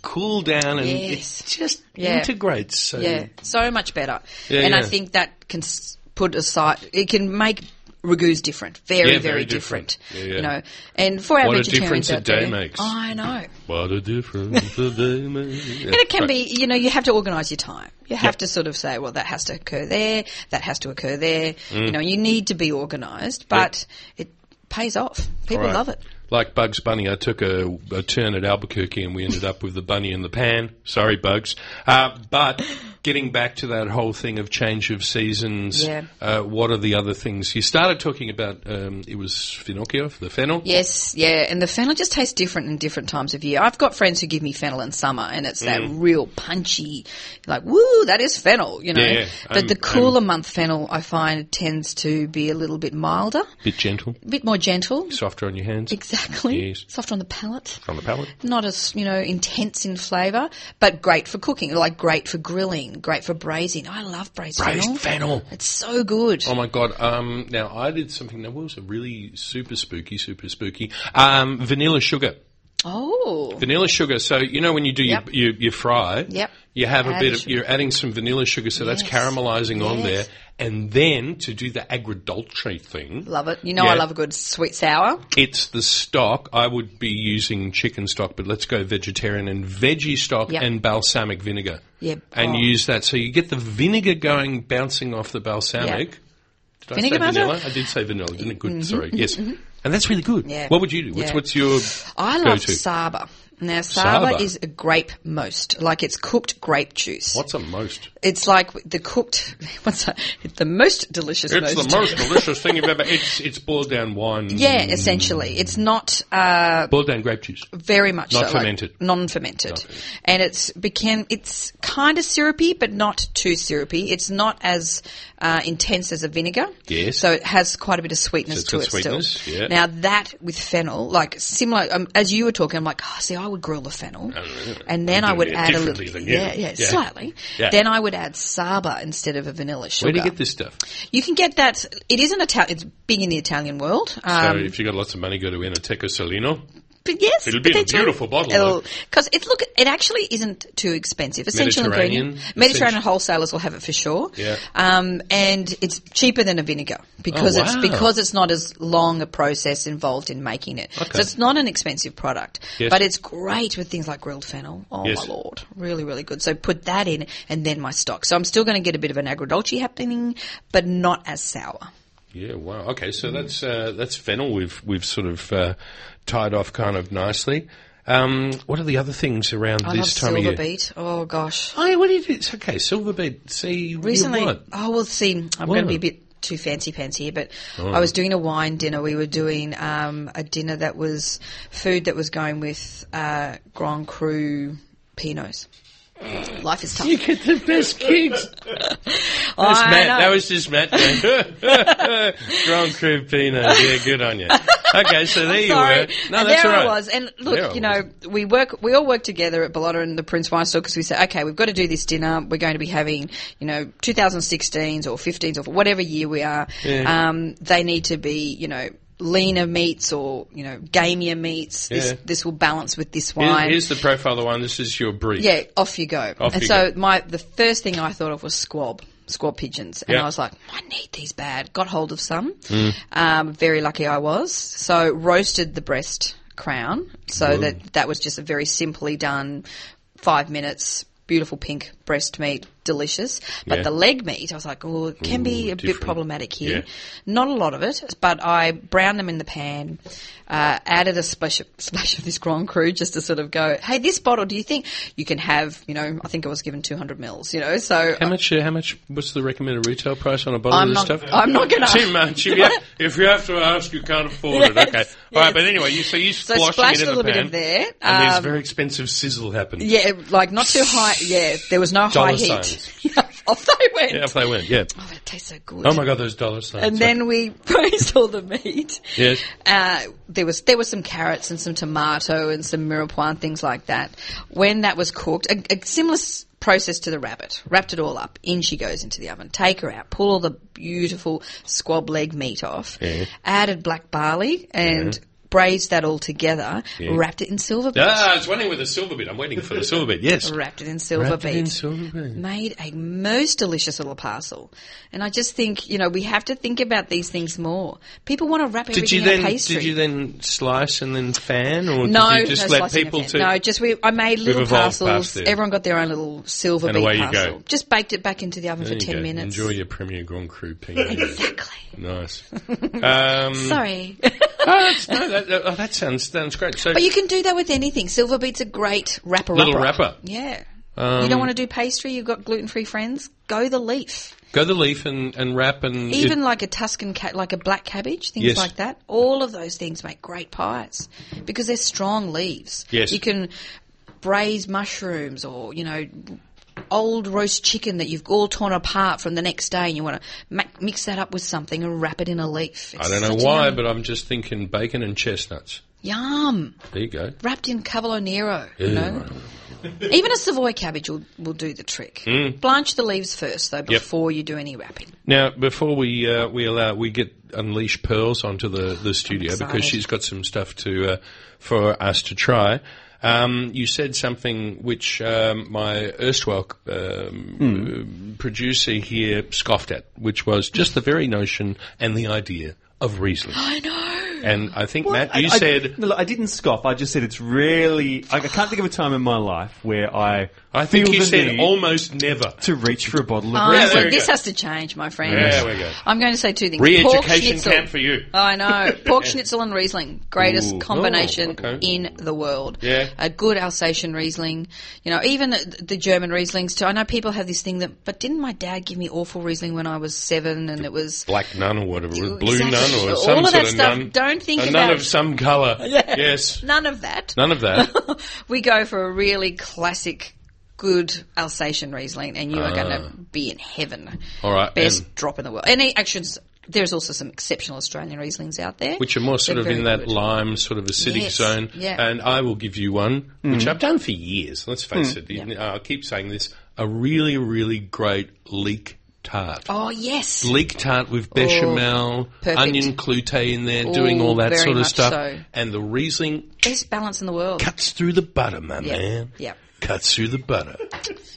cool down and Yes. it just Yeah. integrates. So Yeah, so much better. Yeah, and I yeah. think that can s- put aside. It can make ragouts different, very, Yeah, very, very different. different. Yeah, yeah. You know, and for our What a vegetarians difference a out day there, makes. I know. what a difference a day makes. And it can be, you know, you have to organise your time. You have to sort of say, well, that has to occur there, that has to occur there. Mm. You know, you need to be organised, but it pays off. People Right. love it. Like Bugs Bunny, I took a, a turn at Albuquerque and we ended up with the bunny in the pan. Sorry, Bugs. Uh, but getting back to that whole thing of change of seasons, Yeah. uh, what are the other things? You started talking about um, it was Finocchio, the fennel. Yes, yeah, and the fennel just tastes different in different times of year. I've got friends who give me fennel in summer, and it's that Mm. real punchy, like woo, that is fennel, you know. Yeah, yeah. But I'm- the cooler month fennel, I find, tends to be a little bit milder, Bit gentle, a bit more gentle. softer on your hands. Exactly, Yes. soft on the palate, On the palate. not as you know intense in flavour, but great for cooking. Like great for grilling, great for braising. I love braised, Braised fennel. fennel. It's so good. Oh my god! Um, now I did something that was really super spooky, super spooky. Um, vanilla sugar. oh, Vanilla sugar. So you know when you do Yep. your, your, your fry, Yep. you have a Add bit the of sugar. you're adding some vanilla sugar, so that's Yes. caramelizing on there, Yes. and then to do the agrodolce thing, love it. You know Yeah. I love a good sweet sour. it's the stock. I would be using chicken stock, but let's go vegetarian and veggie stock Yep. and balsamic vinegar. Yep. and Oh. use that so you get the vinegar going, bouncing off the balsamic. Did I Vinegar say butter? vanilla? I did say vanilla, didn't it? Good, sorry. Yes. And that's really good. Yeah. What would you do? What's, Yeah. what's your I love go-to? Saba. Now, Saba, Saba? is a grape most, like it's cooked grape juice. What's a most? It's like the cooked, what's that? It's the most delicious It's the most delicious thing you've ever. It's it's boiled down wine. Yeah, essentially. It's not uh, boiled down grape juice. very much Not so, like, fermented. non-fermented, and it's became it's kind of syrupy, but not too syrupy. It's not as uh, intense as a vinegar. Yes. So it has quite a bit of sweetness it's to got it sweetness, still. yeah. Now that with fennel, like similar um, as you were talking, I'm like, oh, see, I would grill the fennel, and then I Oh, doing would it add a differently little, than you. yeah, yeah, Yeah. slightly. Yeah. Then I would add saba instead of a vanilla sugar. Where do you get this stuff? You can get that. It is an Italian. It's big in the Italian world. So Um, if you got lots of money, go to Enoteca Salino. But yes, It'll be in a beautiful bottle, though. Because it look, it actually isn't too expensive. Essential Mediterranean, ingredient. Mediterranean essential- wholesalers will have it for sure. Yeah. Um, and it's cheaper than a vinegar because Oh, it's wow. because it's not as long a process involved in making it. Okay. So it's not an expensive product, Yes. but it's great with things like grilled fennel. Oh Yes. my lord, really, really good. So put that in, and then my stock. So I'm still going to get a bit of an agrodolce happening, but not as sour. Yeah, wow. Okay, Mm. so that's uh, that's fennel. We've we've sort of uh, tied off kind of nicely. Um, what are the other things around I this love time of silver year? beet. Oh gosh. Oh, yeah, what do you do? It's okay, silver beet. See, recently. you what? Oh, well, see, I'm What? going to be a bit too fancy pants here, but Oh. I was doing a wine dinner. We were doing um, a dinner that was food that was going with uh, Grand Cru Pinots. Life is tough. You get the best gigs. That's I Matt. know. That was just Matt. going, Grand Cru Pinot. Yeah, good on you. Okay, so there you Sorry. were. No, and that's there all right. I was. And There I look, you know, we work, we all work together at Bellotta and the Prince Wine Store because we say, okay, we've got to do this dinner. We're going to be having, you know, 2016s or 15s or whatever year we are. Yeah. Um, they need to be, you know, leaner meats or, you know, gamier meats. This, Yeah. this will balance with this Here- wine. Here's the profile of the wine. This is your brief. Yeah, off you go. Off and you so go. my the first thing I thought of was squab, squab pigeons, and Yeah. Mm. I was like, I need these bad. Got hold of some. Um, very lucky I was. So roasted the breast crown, so that that was just a very simply done, five minutes. Beautiful pink breast meat, delicious. But Yeah. the leg meat, I was like, oh, it can be Ooh, a different. bit problematic here. Yeah. Not a lot of it, but I browned them in the pan, uh, added a splash of, splash of this Grand Cru just to sort of go, hey, this bottle, do you think you can have, you know, I think I was given 200 mils, you know, so How much? Uh, how much? What's the recommended retail price on a bottle I'm of not, this stuff? I'm not going Too to. much. If you, have, if you have to ask, you can't afford it. Okay. Yes, All right. yes. But anyway, you so you So splashing splashed it in a little the bit pan, of there, and there's um, very expensive sizzle happening. Yeah, like not too high. Yeah, there was no Dollar high signs. heat. Off they went. Yeah, if they went. Yeah. Oh, it tastes so good. Oh my god, those dollar signs. and then we braised all the meat. Yes. Uh, there was there was some carrots and some tomato and some mirepoix and things like that. When that was cooked, a, a similar s- process to the rabbit. Wrapped it all up. In she goes into the oven. Take her out. Pull all the beautiful squab leg meat off. Added black barley and. braised that all together, wrapped it in silver beads. Ah, I was waiting with a silver bit. I'm waiting for the silver bit. Yes. Wrapped it in silver Wrapped it beads. in silver beads. Made a most delicious little parcel. And I just think, you know, we have to think about these things more. People want to wrap everything Did you in then? pastry. Did you then slice and then fan, or no, did you just no let slicing of people it. to? No, just we. I made little evolved past parcels. there. Everyone got their own little silver And bead away you parcel. go. Just baked it back into the oven There for you ten go. minutes. Enjoy your Premier Grand Cru pink. Exactly. nice. Um, Sorry. Oh, that's, no, that, that, oh, that sounds sounds great. So But you can do that with anything. Silver beet's a great wrapper. Little wrapper. Yeah. you Um, don't want to do pastry. You've got gluten free friends. Go the leaf. go the leaf and, and wrap and it- Even like a Tuscan cat, like a black cabbage, things Yes. like that. All of those things make great pies because they're strong leaves. Yes. You can braise mushrooms or you know. Old roast chicken that you've all torn apart from the next day, and you want to ma- mix that up with something and wrap it in a leaf. I don't know why, but I'm just thinking bacon and chestnuts. yum! There you go. wrapped in cavolo nero. You know, even a Savoy cabbage will, will do the trick. Hmm. Blanch the leaves first, though, before you do any wrapping. Now, before we uh, we allow we get unleash pearls onto the the studio because excited. she's got some stuff to uh, for us to try. Um, you said something which um, my erstwhile um, uh producer here scoffed at, which was just the very notion and the idea of Riesling. I know. And I think Matt, you I- I- said no, look, I didn't scoff. I just said it's really. I, I can't think of a time in my life where I. I think feel you the said need almost never. to reach for a bottle of Oh, red. Yeah, so there we this go. has to change, my friend. Yeah, there we go. I'm going to say two things. Pork Re-education schnitzel. camp for you. I know. Pork schnitzel and Riesling. Greatest Ooh. combination Oh, okay. in the world. Yeah. A good Alsatian Riesling. You know, even the the German Rieslings too. I know people have this thing that, but didn't my dad give me awful Riesling when I was seven and it was. black nun or whatever, blue Exactly. nun or All some of sort that of stuff, nun. don't think a nun about- of some colour. Yeah. Yes, None of that. none of that. we go for a really classic, good Alsatian Riesling, and you are going to be in heaven. Ah. All right, best and- drop in the world. Any actions? There's also some exceptional Australian Rieslings out there, Which are more sort They're of in very that good. lime, sort of acidic Yes. zone. Yeah. And I will give you one, which I've done for years. Let's face it. You- I'll keep saying this. A really, really great leek tart. Oh yes, Leek tart with bechamel, perfect. Oh, onion cloute in there, doing all that very sort of much stuff. so. And the Riesling best balance in the world. cuts through the butter, my Yeah. man. Yeah. Cuts through the butter.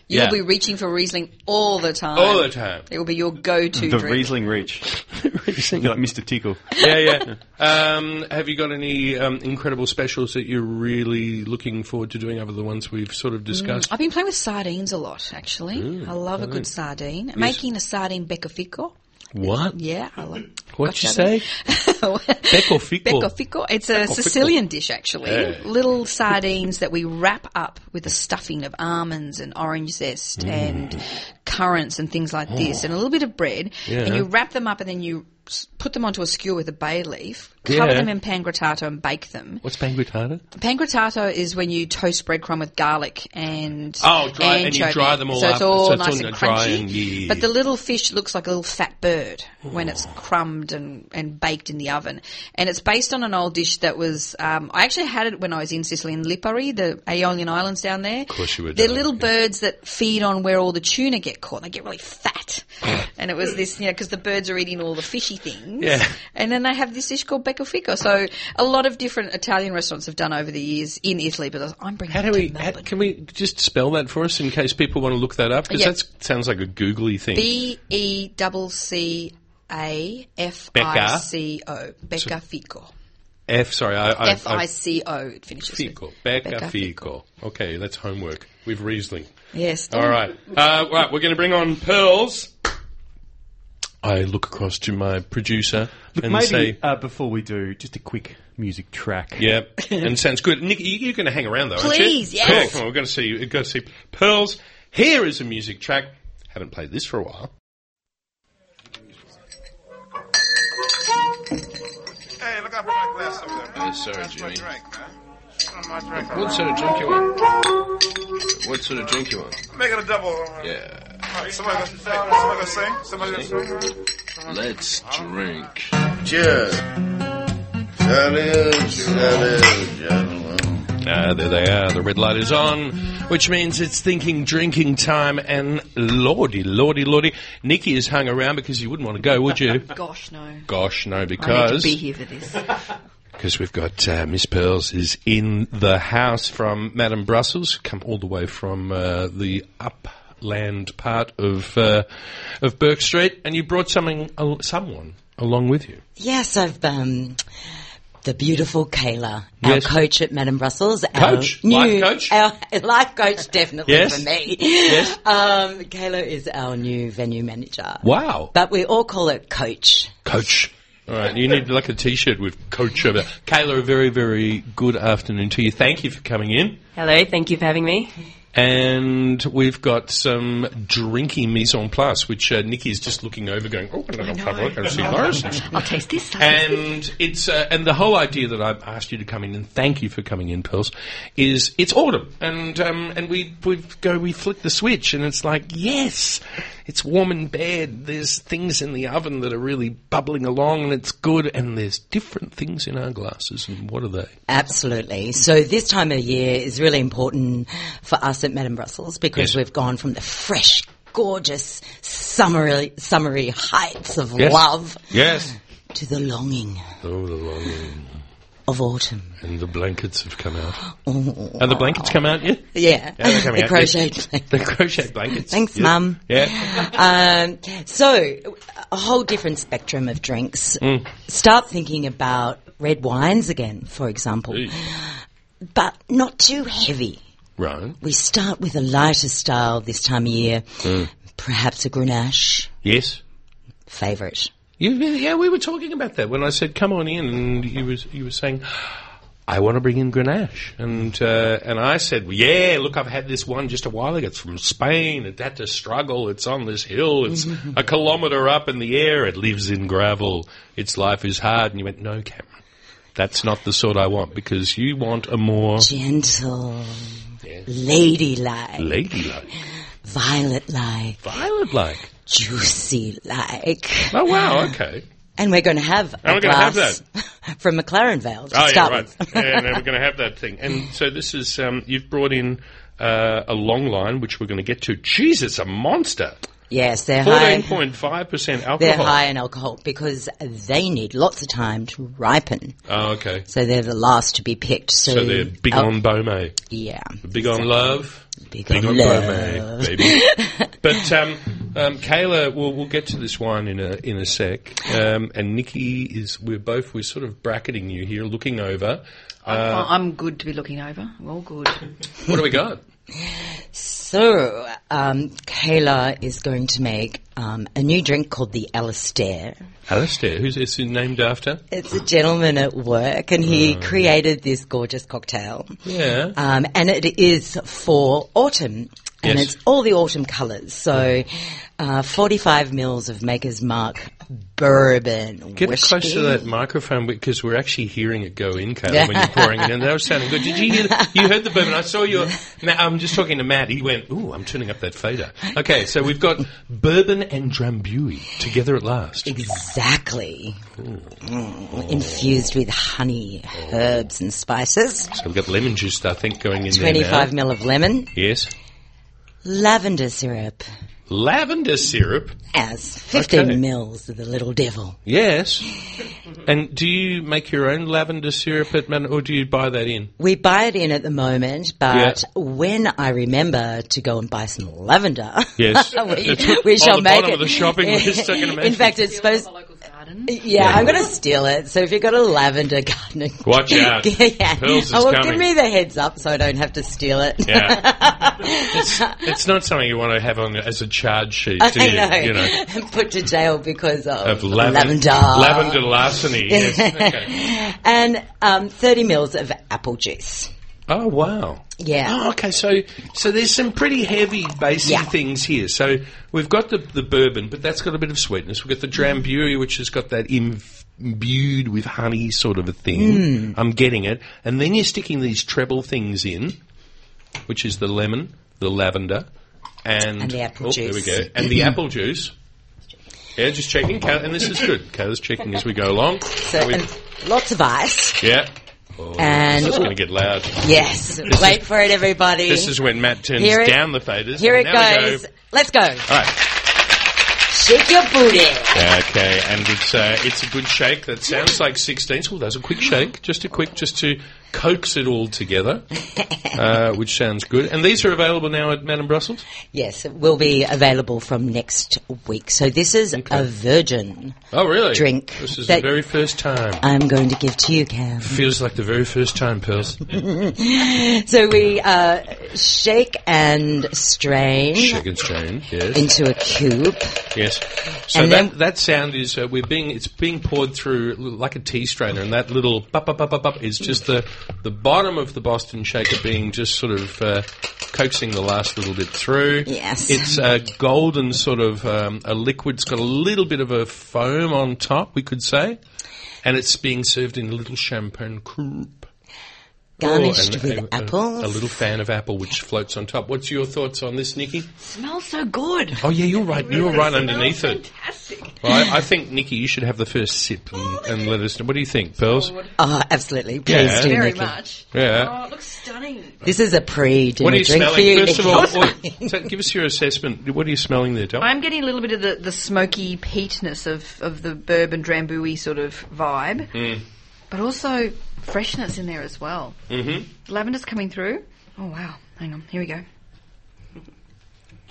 You'll yeah. be reaching for Riesling all the time. All the time. It will be your go-to The drink. Riesling reach. You're like Mr. Tickle. yeah, yeah. Um, have you got any um, incredible specials that you're really looking forward to doing other than the ones we've sort of discussed? Mm, I've been playing with sardines a lot, actually. Mm, I love a good sardine. Making a sardine beccafico. What? Yeah, I love. What'd you Got that say? in. Becco Beccofico. Beccofico. It's a Sicilian dish, actually. Yeah. Little sardines that we wrap up with a stuffing of almonds and orange zest Mm. and currants and things Oh. like this, and a little bit of bread. And you wrap them up, and then you s- put them onto a skewer with a bay leaf, cover Yeah. them in pan grattato, and bake them. What's pangrattato? Pan grattato is when you toast breadcrumb with garlic and Oh, dry- and you anchovy. dry them all so up, it's all so it's nice all and crunchy. dry and- yeah. But the little fish looks like a little fat bird when Oh. it's crumbed and, and baked in the oven. And it's based on an old dish that was um, I actually had it when I was in Sicily in Lipari, the Aeolian Islands down there. Of course you were, They're darling, little yeah. birds that feed on where all the tuna get caught. They get really fat, and it was this, you know, because the birds are eating all the fishy things. Yeah. And then they have this dish called beccafico. So a lot of different Italian restaurants have done over the years in Italy, but I'm bringing How it do to we? How, Melbourne. can we just spell that for us in case people want to look that up? Because Yeah. that sounds like a googly thing. B E double C A F I C O beccafico. F. Sorry, I. I, F I I C O. It finishes. with. Fico. Becca Beccafico. Fico. Okay, that's homework. We've Riesling. Yes. All right. Uh, right, we're going to bring on pearls. I look across to my producer and Maybe say, uh, before we do, just a quick music track. Yeah, and sounds good. Nick, you, you're going to hang around though, aren't you? Please, yes. Yeah, come on, we're going to see. We're going to see Pearls. Here is a music track. Haven't played this for a while. Hey, look out for my glass over there. Yes, sorry, That's my Jimmy. drink, man. That's my drink. What sort of drink you want? What sort of drink you want? Make it a double. uh, Yeah, all right, Somebody gonna somebody gonna sing? Somebody gonna sing? Let's drink. Cheers. Cheers, cheers, gentlemen. ah, there they are. The red light is on, which means it's thinking drinking time. And lordy, lordy, lordy, Nikki is hung around because you wouldn't want to go, would you? Gosh, no. Gosh, no, I need to because be here for this. because we've got uh, Miss Pearls is in the house from Madame Brussels, come all the way from uh, the upland part of uh, of Burke Street, and you brought something, al- someone along with you. Yes, I've um, the beautiful Kayla, Yes. our coach at Madame Brussels, Coach? our new Life coach? our life coach, definitely Yes. for me. Yes. Um, Kayla is our new venue manager. Wow, But we all call it coach. Coach. All right, you need like a T-shirt with Coach over. there. Kayla, a very very good afternoon to you. Thank you for coming in. Hello, thank you for having me. And we've got some drinking mise en place, which uh, Nikki is just looking over, going, "Oh, I don't know if I can see those." I'll taste this. And it's uh, and the whole idea that I've asked you to come in and thank you for coming in, Pearls, is it's autumn, and um, and we we go we flick the switch, and it's like yes, it's warm in bed. There's things in the oven that are really bubbling along, and it's good. And there's different things in our glasses, and what are they? Absolutely. So this time of year is really important for us at Madame Brussels because Yes. we've gone from the fresh, gorgeous, summery, summery heights of Yes. love Yes. to the longing Oh, the longing of autumn. and the blankets have come out. Oh, Have the blankets come out yet? yeah, they're coming the out. crocheted. blanket. The crochet blankets. Thanks, Yeah. Mum. Yeah. um, so, a whole different spectrum of drinks. Mm. Start thinking about red wines again, for example, but not too heavy. Right. We start with a lighter style this time of year, Mm. perhaps a Grenache Yes. favourite. You, yeah, we were talking about that when I said, "Come on in," and you was you were saying, "I want to bring in Grenache," and uh, and I said, well, "Yeah, look, I've had this one just a while ago. It's from Spain. It had to struggle. It's on this hill. It's a kilometre up in the air. It lives in gravel. Its life is hard." And you went, "No, Cameron." That's not the sort I want because you want a more Gentle, ladylike, ladylike, violet-like, violet like. juicy-like. Oh wow, okay. And we're going to have And a we're gonna have glass from McLaren Vale to Oh yeah, start right. with. yeah, no, we're going to have that thing. And so this is um, you've brought in uh, a long line, which we're going to get to. Jeez, it's a monster. Yes, they're Fourteen high. point five percent alcohol. They're high in alcohol because they need lots of time to ripen. Oh, okay. So they're the last to be picked. So, So they're big al- on Beaumet, Yeah. big on love, Big big on on love. Beaumet, baby. but um, um, Kayla, we'll, we'll get to this wine in a in a sec. Um, and Nikki is we're both we're sort of bracketing you here, looking over. Uh, I'm good to be looking over. We're all good. what do we got? So um, Kayla is going to make um, a new drink called the Alistair. Alistair, who's it's named after? It's a gentleman at work, and he Oh. created this gorgeous cocktail. Yeah. Um, and it is for autumn. And Yes. it's all the autumn colours. So, uh, 45 mils of Maker's Mark bourbon. Get whiskey. close to that microphone because we're actually hearing it go in, Caleb, when you're pouring it in. That was sounding good. Did you hear? The, you heard the bourbon. I saw your. Ma- I'm just talking to Matt. He went, "Ooh, I'm turning up that fader." Okay, so we've got bourbon and drambuie together at last. Exactly. Mm, infused with honey, herbs, and spices. So we've got lemon juice, I think, going in there now. 25 mil of lemon. Yes, Lavender syrup. lavender syrup. As 15 Okay. mils of the little devil. Yes. And do you make your own lavender syrup at Man, or do you buy that in? We buy it in at the moment, but Yeah. when I remember to go and buy some lavender, Yes. we, we On shall the make bottom it. of the shopping list, I can imagine. in fact, it's supposed. Yeah, I'm going to steal it. So if you've got a lavender garden, Watch out. yeah. Pearls is oh, well, coming. give me the heads up so I don't have to steal it. Yeah. it's, it's not something you want to have on as a charge sheet, do you? I know. You know. And put to jail because of, of laven- lavender. Lavender larceny. Yes. Okay. and um, 30 mils of apple juice. Oh wow. Yeah. Oh, okay. So so there's some pretty heavy basic Yeah. things here. So we've got the the bourbon, but that's got a bit of sweetness. We've got the drambuie, which has got that imf- imbued with honey sort of a thing. Mm. I'm getting it. And then you're sticking these treble things in, which is the lemon, the lavender, and, And the apple oh, There we juice. go. And the apple juice. Yeah, just checking. Kay- And this is good. Kayla's checking as we go along. So, We- Oh, and lots of ice. yeah. And It's going to get loud. Yes. Wait for it, everybody. This is when Matt turns Here it- down the faders. Here it And now we goes. Let's go. Go. All right. Shake your booty. Okay, and it's uh, it's a good shake that sounds like 16. So there's a quick shake, just a quick, just to coax it all together, uh, which sounds good. And these are available now at Madame Brussels. Yes, it will be available from next week. So this is a virgin Oh, really? Drink. This is That- the very first time. I'm going to give to you, Cam. Feels like the very first time, pearls. So we uh, shake and strain Shake and strain. Yes. into a cube. Yes. So And that, then- that sound is uh, we're being it's being poured through l- like a tea strainer, and that little bup, bup, bup, bup, bup is just the the bottom of the Boston shaker being just sort of uh, coaxing the last little bit through. Yes. It's a golden sort of um, a liquid. It's got a little bit of a foam on top, we could say, and it's being served in a little champagne coupe. Garnished Oh, and- with and- and apples. A little fan of apple which floats on top. What's your thoughts on this, Nikki? smells so good. Oh yeah, you're right. You're It right smells underneath it. Fantastic. Well, I, I think Nikki, you should have the first sip and, and let us know. What do you think, pearls? Oh, absolutely. Please Yeah. do, Very Nikki. much. Yeah. Oh, it looks stunning. This is a pre-dinner What are you drink for smelling? you, First of Nikki. all, what- so give us your assessment. What are you smelling there, Tom? I'm getting a little bit of the, the smoky peatness of, of the bourbon drambuie sort of vibe, Hmm. but also freshness in there as well. mm-hmm. Lavender's coming through. Oh, wow. Hang on. Here we go.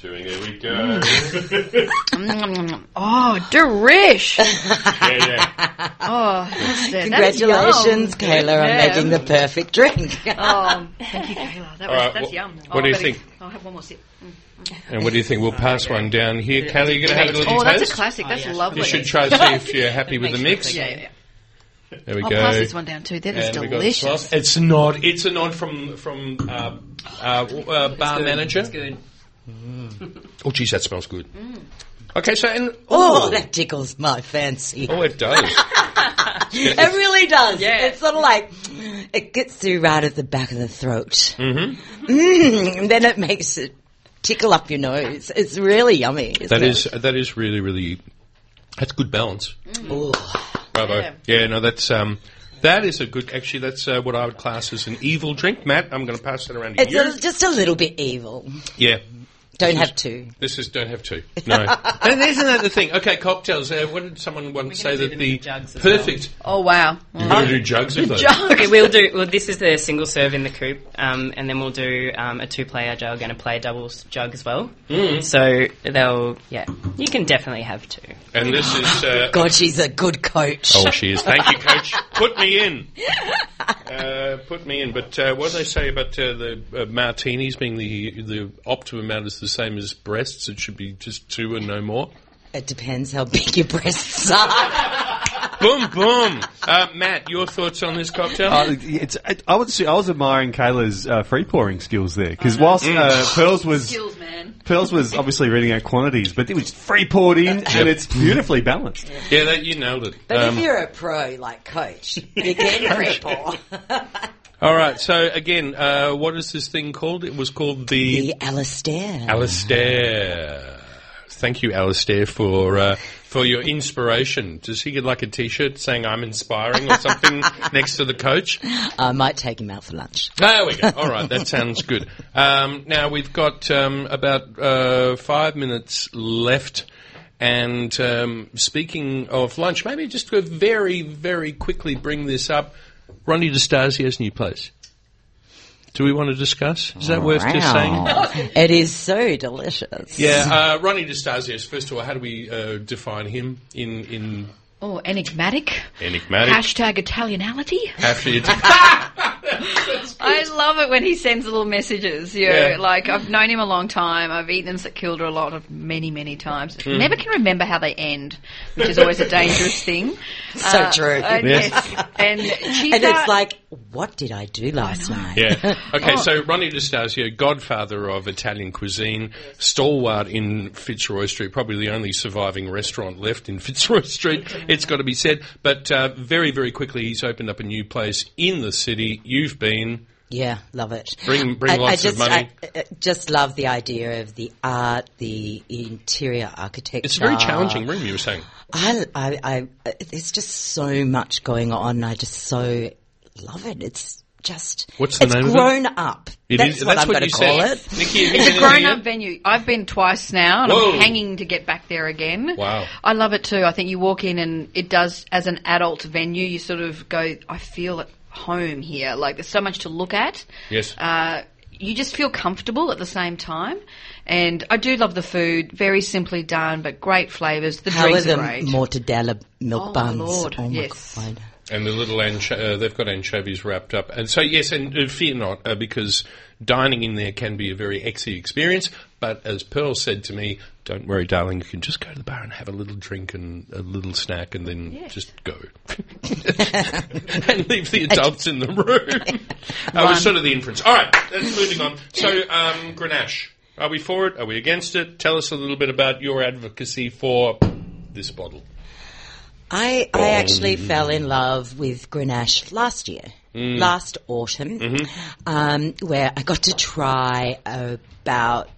Doing there we go. Oh, delish. yeah, yeah. Oh, that's it. That's Congratulations, yum. Kayla, on Yeah. making the perfect drink. Oh, thank you, Kayla. That was, right, that's wh- yum. what Oh, do you I better- think? I'll have one more sip. And what do you think? We'll pass one down here. Kelly, you going to have a little Oh, that's a taste? classic. That's lovely. You should try to see if you're happy with the mix. Yeah, yeah, yeah. There we I'll go. pass this one down too. That is And we got delicious. sauce. It's not. It's a nod from from uh, uh, uh, bar manager. Oh, geez, that smells good. Mm. Okay, so and Oh, that tickles my fancy. Oh, it does. It really does. Yeah. It's sort of like it gets through right at the back of the throat. Mm-hmm. and then it makes it tickle up your nose. It's really yummy. Isn't That it? is uh, that is really really that's good balance. Ooh. Bravo. Yeah. Yeah. no, that's um, that is a good. Actually, that's uh, what I would class as an evil drink. Matt, I'm going to pass that around to It's you. a, just a little bit evil. yeah. Don't have to. This is don't have two. No, and isn't that the thing? Okay, cocktails. Uh, what did someone once say that the perfect? Oh, wow. You're going to do jugs of those. Okay, we'll do. Well, this is the single serve in the coupe, um, and then we'll do um, a two-player jug and a player doubles jug as well. Mm. So they'll, yeah, you can definitely have two. and this is uh, God, she's a good coach. Oh, she is. Thank you, Coach. Put me in. Uh, put me in. But uh, what do they say about uh, the uh, martinis being the the optimum amount is the same as breasts? It should be just two and no more. It depends how big your breasts are. Boom, boom. Uh, Matt, your thoughts on this cocktail? Uh, it's, I, I was I was admiring Kayla's uh, free pouring skills there Uh-huh. because whilst uh, Mm. Pearls was Skills, man. Pearls was obviously reading out quantities, but it was free poured in and it's beautifully balanced. yeah, that you nailed it. But Um, if you're a pro like coach, you get triple. all right. So again, uh, what is this thing called? It was called the, the Alistair. Alistair. Thank you, Alistair, for uh, for your inspiration. Does he get like a T-shirt saying "I'm inspiring" or something next to the coach? I might take him out for lunch. There we go. All right, that sounds good. Um, now we've got um, about uh, five minutes left. And um, speaking of lunch, maybe just to very, very quickly bring this up. Ronnie D'Estasio's new place. Do we want to discuss? Is that worth just saying? Wow. It is so delicious. Yeah, uh, Ronnie D'Estasio. First of all, how do we uh, define him in in Oh, enigmatic. enigmatic? Hashtag Italianality. After you I love it when he sends little messages. You know, Yeah. like I've known him a long time. I've eaten in St Kilda a lot of many, many times. Hmm. Never can remember how they end, which is always a dangerous thing. So Uh, true. And Yes. yes, and cheese And are- it's like, what did I do last night? Yeah. Okay, so Ronnie D'Estasio, godfather of Italian cuisine, stalwart in Fitzroy Street, probably the only surviving restaurant left in Fitzroy Street, it's got to be said. But uh, very, very quickly, he's opened up a new place in the city. You've been. Yeah, love it. Bring- bring lots of just, money. I, uh, just love the idea of the art, the interior architecture. It's a very challenging room, you were saying. I, I, I, there's just so much going on. I just so love it. It's just What's the it's name of it? grown up. It that's is- what that's I'm what going you to call said. it. Nikki, have you It's been a in grown there up venue. I've been twice now and Whoa. I'm hanging to get back there again. Wow. I love it too. I think you walk in and it does, as an adult venue, you sort of go, I feel at home here. Like there's so much to look at. Yes. Uh, you just feel comfortable at the same time. And I do love the food. Very simply done, but great flavours. The How are drinks the are great. mortadella milk Oh, my buns? Lord, Oh my yes. god! And the little ancho- uh, they've got anchovies wrapped up. And so, yes, and uh, fear not, uh, because dining in there can be a very exy experience. But as Pearl said to me, don't worry, darling, you can just go to the bar and have a little drink and a little snack and then just go. and leave the adults in the room. That was sort of the inference. All right, that's moving on. So, um, Grenache, are we for it? Are we against it? Tell us a little bit about your advocacy for this bottle. I I actually fell in love with Grenache last year, last autumn, um, where I got to try about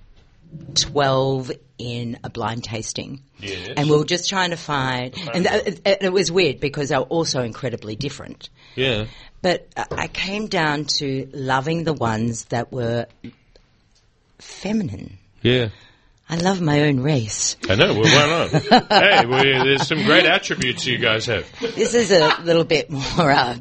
twelve in a blind tasting. Yes. And we were just trying to find, and th- it- it was weird because they were also incredibly different. Yeah. But I I came down to loving the ones that were feminine. Yeah. I love my own race. I know. Well, why not? hey, well, yeah, there's some great attributes you guys have. All This is a little bit more uh,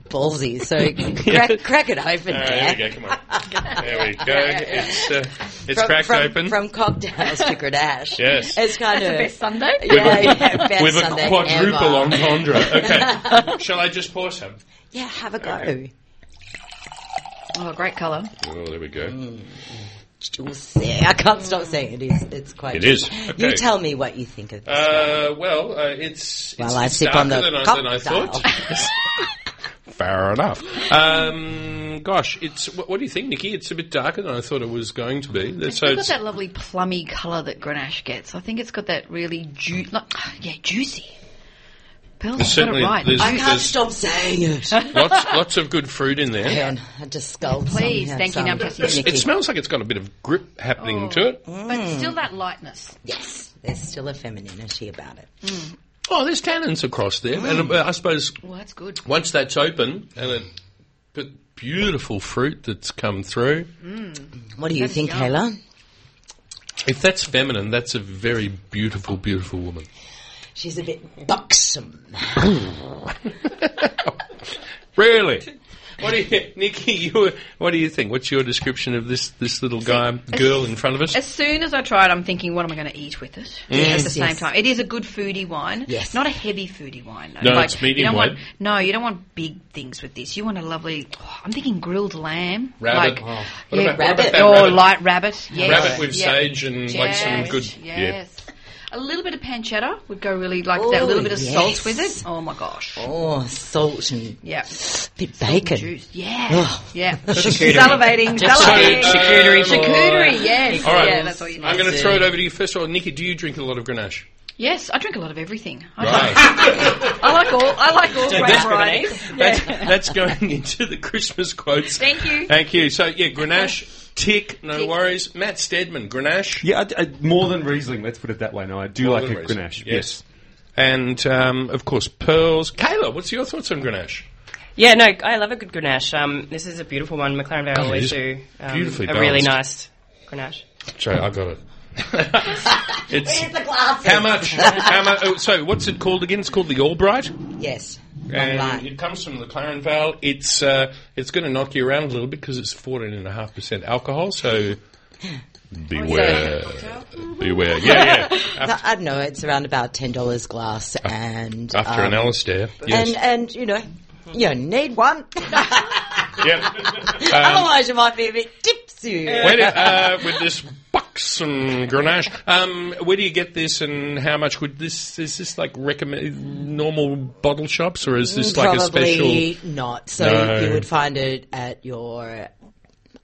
ballsy, so crack, crack it open right, there. there we go. Come on. There we go. It's uh, it's From- cracked from, open. From cocktails to Grenache. Yes. It's kind of. Best Sunday? yeah, yeah, best with a Sunday quadruple ever. entendre. Okay. Shall I just pour some? Yeah, have a go. Oh, great colour. Oh, there we Mm, go. You'll see. I can't stop saying it is. It's quite. It is. You Okay. tell me what you think of this. Uh, well, uh, it's, it's While I sip darker on the than, I, than I cocktail. thought. Fair enough. Um, gosh, it's what, what do you think, Nikki? It's a bit darker than I thought it was going to be. It's So still got it's, that lovely plummy colour that Grenache gets. I think it's got that really ju- like, yeah, juicy. Pearl's got certainly- it right. there's- I I can't- can't stop saying it. lots lots of good fruit in there. Hang on, I just sculled some Please, here, thank you, some. now I'm pressing Nikki. It smells like it's got a bit of grip happening to it. but still that lightness. Yes, there's still a femininity about it. Oh, there's tannins across there, and uh, I suppose Well, that's good. once that's open and it but beautiful fruit that's come through. Mm. What do you think, yum. Kayla? If that's feminine, that's a very beautiful, beautiful woman. She's a bit buxom. Really. What do you, Nikki? You, were- what do you think? What's your description of this this little guy, girl in front of us? As soon as I try it, I'm thinking, what am I going to eat with it? At the Yes, same yes. time, it is a good foodie wine. Yes. Not a heavy foodie wine. Though. No, it's medium you don't wine. Want, no, you don't want big things with this. You want a lovely. oh, I'm thinking grilled lamb, Rabbit. like Oh. What yeah, about- what about rabbit that or rabbit? light rabbit. Yes. Rabbit with Yeah. sage and like some Yes, good. Yes. A little bit of pancetta would go really like that. Oh, little bit of yes. salt with it. Oh my gosh. Oh, salt and Yeah. bit bacon. Juice. Yeah. Ugh. Yeah. Salivating. Salivating. So, Charcuterie. um, Charcuterie. Yes. All right. Yeah. That's all you need. I'm going to throw it over to you first of all, Nikki. Do you drink a lot of Grenache? Yes, I drink a lot of everything. I, Right. I like all. I like all grape varieties. That's, that's going into the Christmas quotes. Thank you. Thank you. So, yeah, Grenache, tick, no worries. Matt Stedman, Grenache. Yeah, I, I- more than Riesling, let's put it that way. No, I do More like than a Riesling, Grenache. yes. And, um, of course, pearls. Kayla, what's your thoughts on Grenache? Yeah, no, I love a good Grenache. Um, this is a beautiful one. McLaren Vale Oh, it always is do um, Oh, beautifully a really balanced. nice Grenache. So I got it. it's Where's the glasses? how much? How much? Oh, so what's it called again? It's called the Albright, Yes. and line. it comes from the Claren Vale. It's uh, it's going to knock you around a little bit because it's fourteen and a half percent alcohol. So beware, beware. Yeah, yeah. uh, No, I don't know. It's around about ten dollars glass, and After um, an Alistair, yes, Um, and uh, and you know, you need one. yep. Otherwise, you might be a bit tipsy. Where do, uh, with this buxom Grenache, um, where do you get this, and how much would this? Is this like recommend normal bottle shops, or is this like a Probably special? not. So No. you would find it at your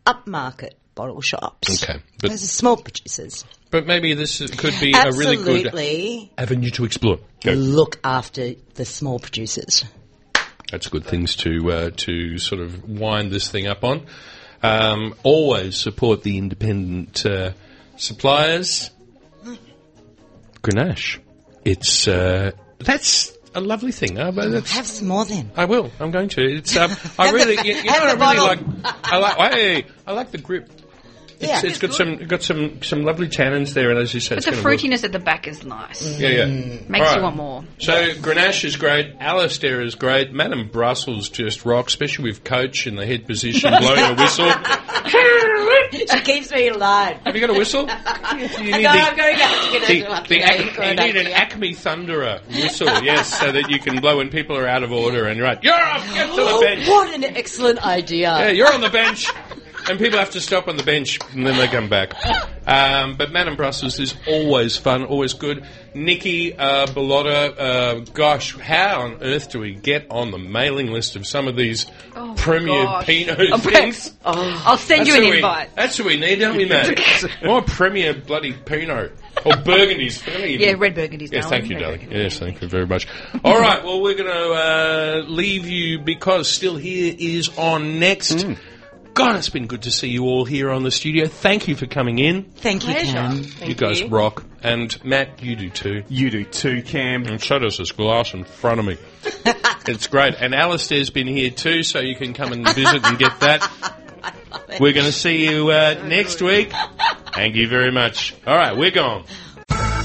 upmarket bottle shops. Okay, but- Those are small producers. But maybe this is, could be a really Absolutely, good avenue to explore. Go. look after the small producers. That's good things to uh, to sort of wind this thing up on. Um, always support the independent uh, suppliers. Grenache. It's uh, that's a lovely thing. Uh, but that's- Have some more then. I will. I'm going to. It's. Um, I Have the really. ba- You, you know, have what I the really like. bottle. I like. Hey, I like the grip. It's, Yeah. it's got some got some some lovely tannins there, and as you said, But it's the gonna work. fruitiness at the back is nice. Yeah, yeah. Makes All you want more. So Grenache is great. Alistair is great. Madame Brussels just rocks, especially with Coach in the head position, blowing a whistle. Have she keeps me alive. you got a whistle? You need no, the- I'm going back to get the, another one. the Yeah, ac- you're you back need an to- Acme Thunderer whistle, yes, so that you can blow when people are out of order and you're right, you're off, get to Oh. the bench. What an excellent idea. Yeah, you're on the bench. And people have to stop on the bench and then they come back. Um, but Man in Brussels is always fun, always good. Nikki uh, Bellotta, uh, gosh, how on earth do we get on the mailing list of some of these premier Oh gosh. Pinot things? I'll send you who an we- invite. that's who we need, don't we, mate? More premier bloody Pinot. Or Burgundies. Really. Yeah, red burgundy's Yes, darling. thank you, Red darling. burgundy. Yes, thank you very much. All right, well, we're going to uh, leave you because Still Here is on next. God, it's been good to see you all here on the studio. Thank you for coming in. Thank you, Cam. you guys you. rock. And Matt, you do too. You do too, Cam. And so does this glass in front of me. it's great. And Alistair's been here too, so you can come and visit and get that. We're going to see you uh, next week. Thank you very much. All right, we're gone.